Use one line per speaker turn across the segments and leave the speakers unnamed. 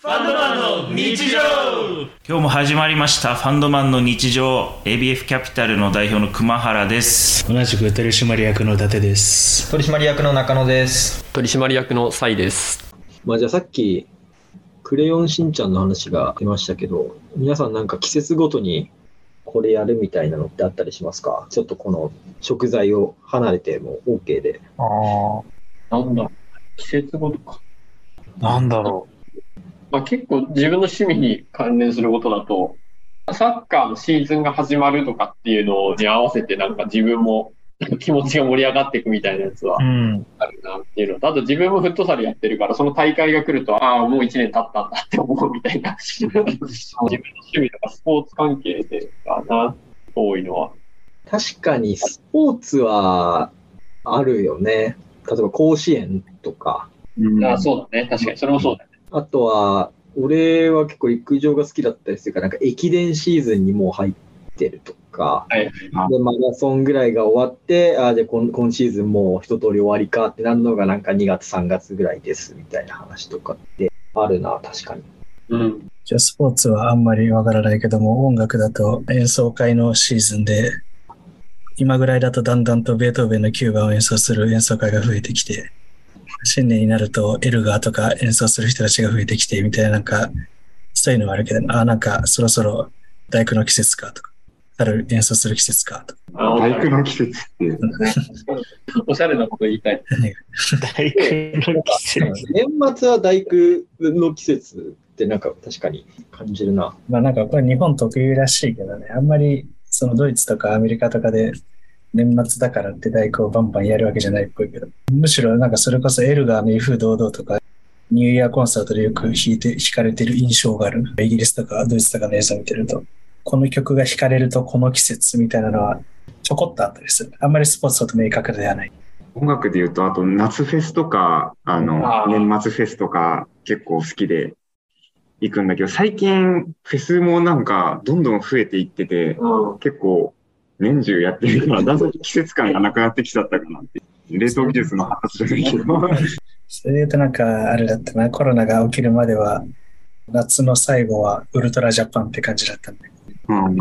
ファンドマンの日常
今日も始まりましたファンドマンの日常 ABF キャピタルの代表の熊原です
同じく取締役の伊達です
取締役の中野です。
取締役のサイです。
まあじゃあさっき、クレヨンしんちゃんの話が出ましたけど、皆さんなんか季節ごとにこれやるみたいなのってあったりしますかちょっとこの食材を離れても OK で。
ああ。
なんだ、季節ごとか。
なんだろ
まあ、結構自分の趣味に関連することだと、サッカーのシーズンが始まるとかっていうのに合わせてなんか自分もなんか気持ちが盛り上がっていくみたいなやつは
うん。
あるなっていうのと、あと自分もフットサルやってるから、その大会が来ると、ああ、もう1年経ったんだって思うみたいな、自分の趣味とかスポーツ関係でかな、多いのは。
確かにスポーツはあるよね。例えば甲子園とか。
ああそうだね、確かに、それもそうだね。
あとは、俺は結構陸上が好きだったりするから、なんか駅伝シーズンにもう入ってるとか。
はい
で、マラソンぐらいが終わって、ああ、じゃあ今今シーズンもう一通り終わりかってなるのがなんか2月3月ぐらいですみたいな話とかってあるな、確かに。
うん。
う。じゃあスポーツはあんまりわからないけども、音楽だと演奏会のシーズンで、今ぐらいだとだんだんとベートーベンの9番を演奏する演奏会が増えてきて、新年になるとエルガーとか演奏する人たちが増えてきて、みたいななんか、そういうのはあるけど、ああ、なんかそろそろ大工の季節かとか、春演奏する季節かとか。
あの
体育の季節って、
おしゃれなこと言いたい。
大工の季節
年末は大工の季節ってなんか確かに感じるな。
まあなんかこれ日本特有らしいけどね、あんまりそのドイツとかアメリカとかで年末だからって大工をバンバンやるわけじゃないっぽいけど、むしろなんかそれこそエルガーの威風堂々とか、ニューイヤーコンサートでよく弾いて、弾かれてる印象がある。イギリスとかドイツとかの映像見てると、この曲が弾かれるとこの季節みたいなのはちょこっとあったりする。あんまりスポーツだと明確ではない。
音楽で言うと、あと夏フェスとか、あの
あ、ー
年末フェスとか結構好きで行くんだけど、最近フェスもなんかどんどん増えていってて、
うん
結構年中やってるから、だんだん季節感がなくなってきちゃったかなって。冷凍技術の話じゃないけど、
それで言うとなんかあれだったな、コロナが起きるまでは夏の最後はウルトラジャパンって感じだったんだけど
うん、
ウ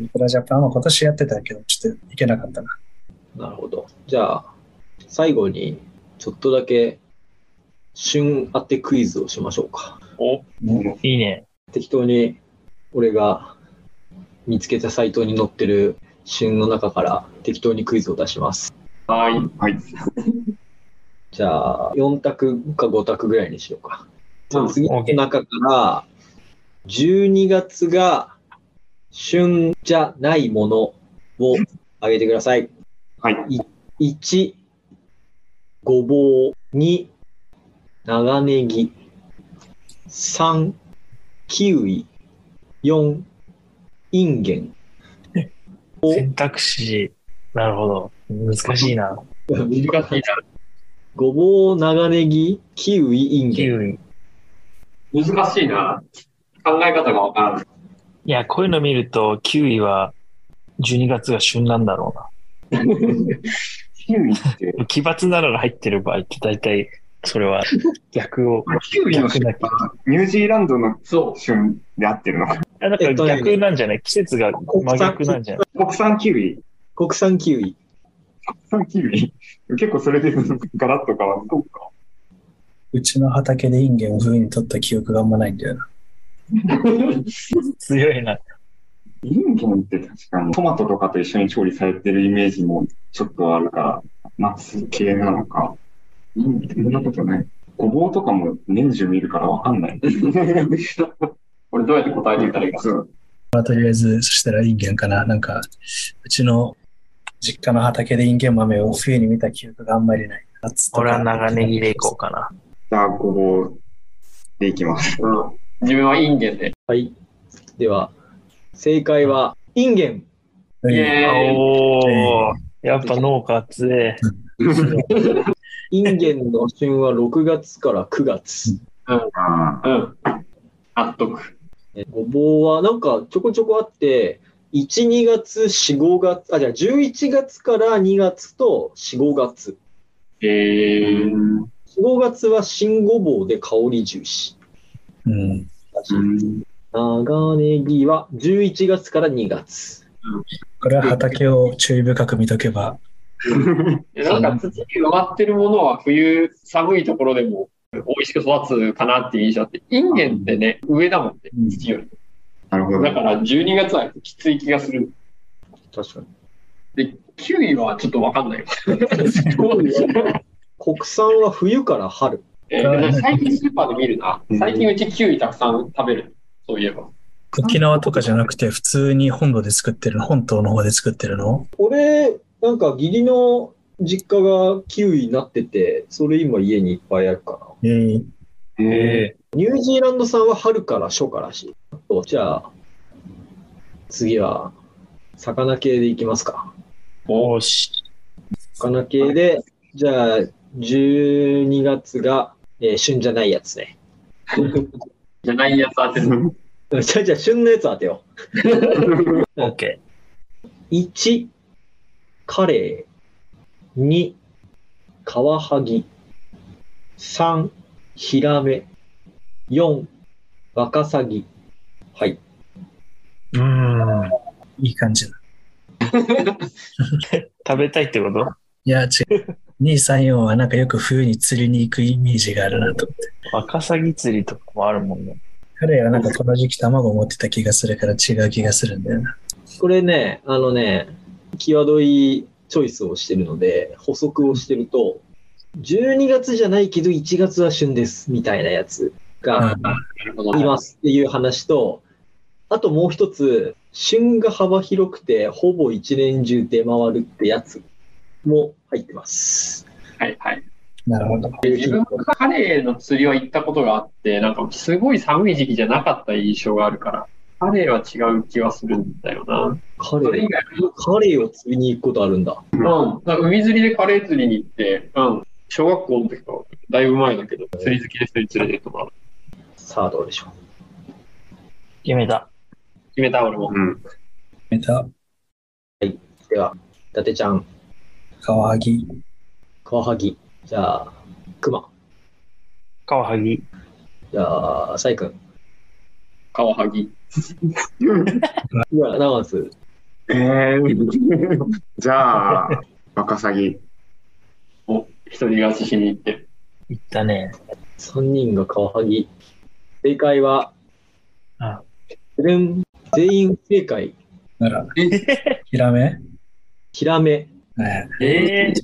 ルトラジャパンは今年やってたけど、ちょっと行けなかったな。
なるほど。じゃあ、最後にちょっとだけ旬当てクイズをしましょうか。
お
いいね
適当に俺が見つけたサイトに載ってる旬の中から適当にクイズを出します。
はい。
はい。
じゃあ、4択か5択ぐらいにしようか。
うん
次の中から、12月が旬じゃないものをあげてください。
はい。
1、ごぼう。2、長ネギ。3、キウイ。4、インゲン。
選択肢なるほど難しいな
難しい
ごぼう、長ネギ、キウイ、インゲ
キ
ン。
ウイ
な。難しいな。考え方がわからない。
いやこういうの見るとキウイは12月が旬なんだろ
キウイって
う、な奇抜なのが入ってる場合って大体それは逆を
キウイの旬はニュージーランドの
そ
旬で合ってるのか。
あなん
え
か
っとね
逆なんじゃない季節が真逆なんじゃない
国産キウイ
国産キウイ。
産キウイ結構それでガラッと変わる。そうか。
うちの畑でインゲンを冬に取った記憶があんまないんだよな。
う。
強いな
インゲンって確かにトマトとかと一緒に調理されてるイメージもちょっとあるから、夏系なのか。インゲンそんなことない。ごぼうとかも年中見るからわかんない。
これどうやって答えていったらいいか。
そう
まあ、とりあえず、そしたらインゲンかな。なんか、うちの実家の畑でインゲン豆を冬に見た記憶があんまりない。夏とか
俺は長ネギでいこうかな
じゃあごぼうでいきます。
うん。自分はインゲンで。
はい。では、正解は、インゲン。
う
イ
ん。
エーイ。
おーやっぱ農家熱い
インゲンの旬は6月から9月。
あ
うん。納得。
えごぼうはなんかちょこちょこあって、1、2月、4、5月、あ、じゃあ11月から2月と4、5月。
えー。
4、5月は新ごぼうで香り重視。
うん。
うん。
長ネギは11月から2月。
これは畑を注意深く見とけば、
でなんか土に埋まってるものは冬寒いところでも美味しく育つかなっていう印象あって、インゲンってね、上だもんね、土より。
なるほ
だ
ど。
から12月はきつい気がする。
確かに。
で、キウイはちょっとわかん ない。そうですね。
国産は冬から春。
えー最近スーパーで見るな。最近うちキウイたくさん食べる。そういえば。
沖縄とかじゃなくて、普通に本土で作ってるの、本島の方で作ってるの
俺、なんか義理の実家がキウイになってて、それ今家にいっぱいあるかな。
えー
え
ニュージーランド産は春から初夏らしい。おじゃあ、次は、魚系でいきますか。
おーし。
魚系で、じゃあ、12月が、えー旬じゃないやつね。
じゃないやつ当てる。
じゃあ、じゃあ、旬のやつ当てよ
オッケ
う。1、カレー。2、カワハギ。3、ヒラメ。4、ワカサギ。はい。
うん。いい感じだ。
ー。食べたいってこと
いや、違う。2、3、4はなんかよく冬に釣りに行くイメージがあるなと思って。
ワカサギ釣りとかもあるもんね。
彼はなんかこの時期卵を持ってた気がするから違う気がするんだよな。
これね、あのね、際どいチョイスをしてるので、補足をしてると、12月じゃないけど1月は旬です、みたいなやつが
なるほど
いますっていう話と、あともう一つ、旬が幅広くて、ほぼ一年中出回るってやつも入ってます。
はいはい。
なるほど。
自分がカレーの釣りは行ったことがあって、なんかすごい寒い時期じゃなかった印象があるから、カレーは違う気はするんだよな。
カ
それ
レ
以
ー、
外
カレーを釣りに行くことあるんだ。
うん。なんか海釣りでカレー釣りに行って、うん。小学校の時か、だいぶ前だけど、釣り好きの人に連れてってもらう。
さあどうでしょう。
決めた。
決めた俺も。
うん。
メタ、
では、伊達ちゃん、
カワハギ、
カワハギ、じゃあ、クマ、
カワハギ。
じゃあ、サイ君、
カワハギ。
いや、ナマズ、
えー、じゃあ、ワカサギ。
一人勝ちしに行って。
いったね。
3人がカワハギ。正解は、
あ
てれん全員不正解、
なら、ヒラメ
ヒラメ。
はい
ええ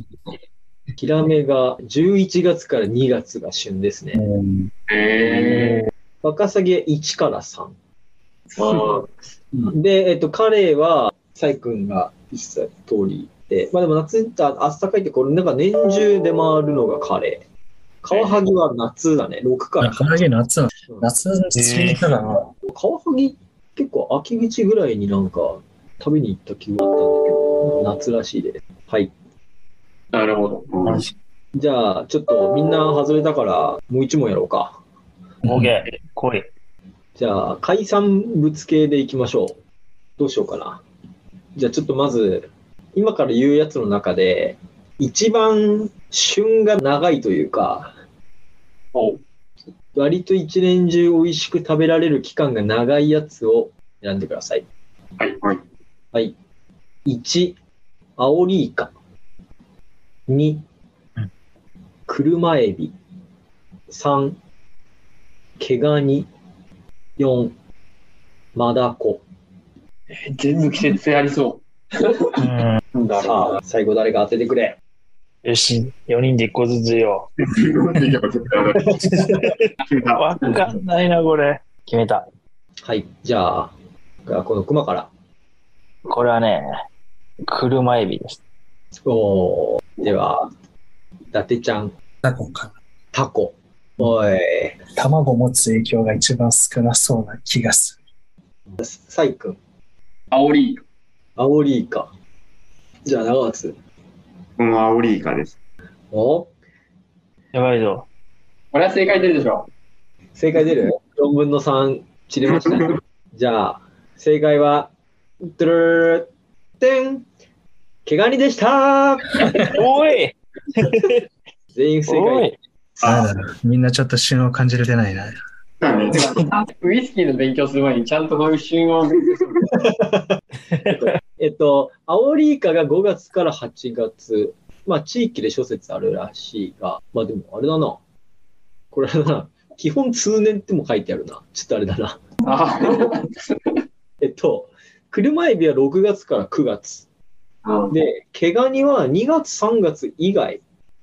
ヒラメが11月から2月が旬ですね。
うん
へえ。
ワカサギは1から3。
ま
で、えっと、カレーは、サイ君が一切通りで、まあでも夏ってあ暖かいって、これなんか年中出回るのがカレー。カワハギは夏だね、6か
カ
ら。
ワハギ夏なの夏釣りに行ったかな。
カワハギ結構秋口ぐらいになんか食べに行った気があったんだけど、夏らしいです。はい。
なるほど。
うん
じゃあ、ちょっとみんな外れたから、もう一問やろうか。
ー。オーケー。来い。
じゃあ、海産物系でいきましょう。どうしようかな。じゃあ、ちょっとまず、今から言うやつの中で、一番旬が長いというか、
おう
割と一年中美味しく食べられる期間が長いやつを選んでください。
はい
はい。
はい。1、アオリイカ。2
うん、
車エビ。3、毛ガニ。4、マダコ。
全部季節性ありそ
うん。
う。なるほ
さあ、最後誰か当ててくれ。
よし。4人で1個ずつよ。
いや絶対ない決めた。
わかんないな、これ。決めた。
はい。じゃあ、じゃあこの熊から。
これはね、車エビです。
おーでは、伊達ちゃん、
タコか
タコ。おい、
な。卵を持つ影響が一番少なそうな気がす
サイ君、
ど。アオリイカ。
アオリイカ。じゃあ、長松。
このアオリイカです。
お
やばいぞ。
これは正解出るでしょ。
正解出る ?4 分の3散れました。じゃあ、正解は、ドゥルルルてん毛ガニでした
おい
全員不正
お
解。
い
る。なんだろうみんなちょっと旬を感じれてないな。
だね。
ウイスキーの勉強する前にちゃんとこういう旬を勉強する。
えっと、アオリイカが5月から8月、まあ地域で諸説あるらしいが、まあでもあれだな。これあれだな。基本通年っても書いてあるな。ちょっとあれだな。
あ
えっと、車エビは6月から9月。
あ。
で、毛ガニは2月3月以外。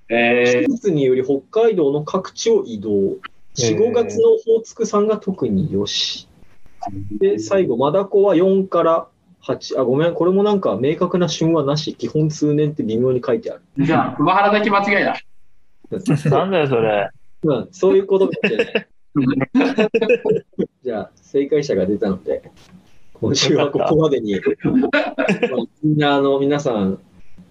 え
季節により北海道の各地を移動。4、5月のオホーツク産が特によし。で、最後、マダコは4から8。あ、ごめん、これもなんか明確な旬はなし。基本通年って微妙に書いてある。
ー、じゃあ、熊原だけ間違いだ。
なんだよ、それ。
まあ、そういうことかもしれない。 じゃあ、正解者が出たので、今週はここまでに、まあみんな、あの、皆さん、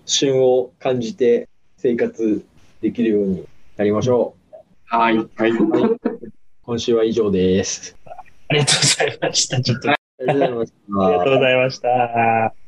旬を感じて生活できるようになりましょ
はい。はい。
う。はい、今週は以上です。
ありがとうございました。ちょっと、あ
ありがとうございました。
りがとうございました。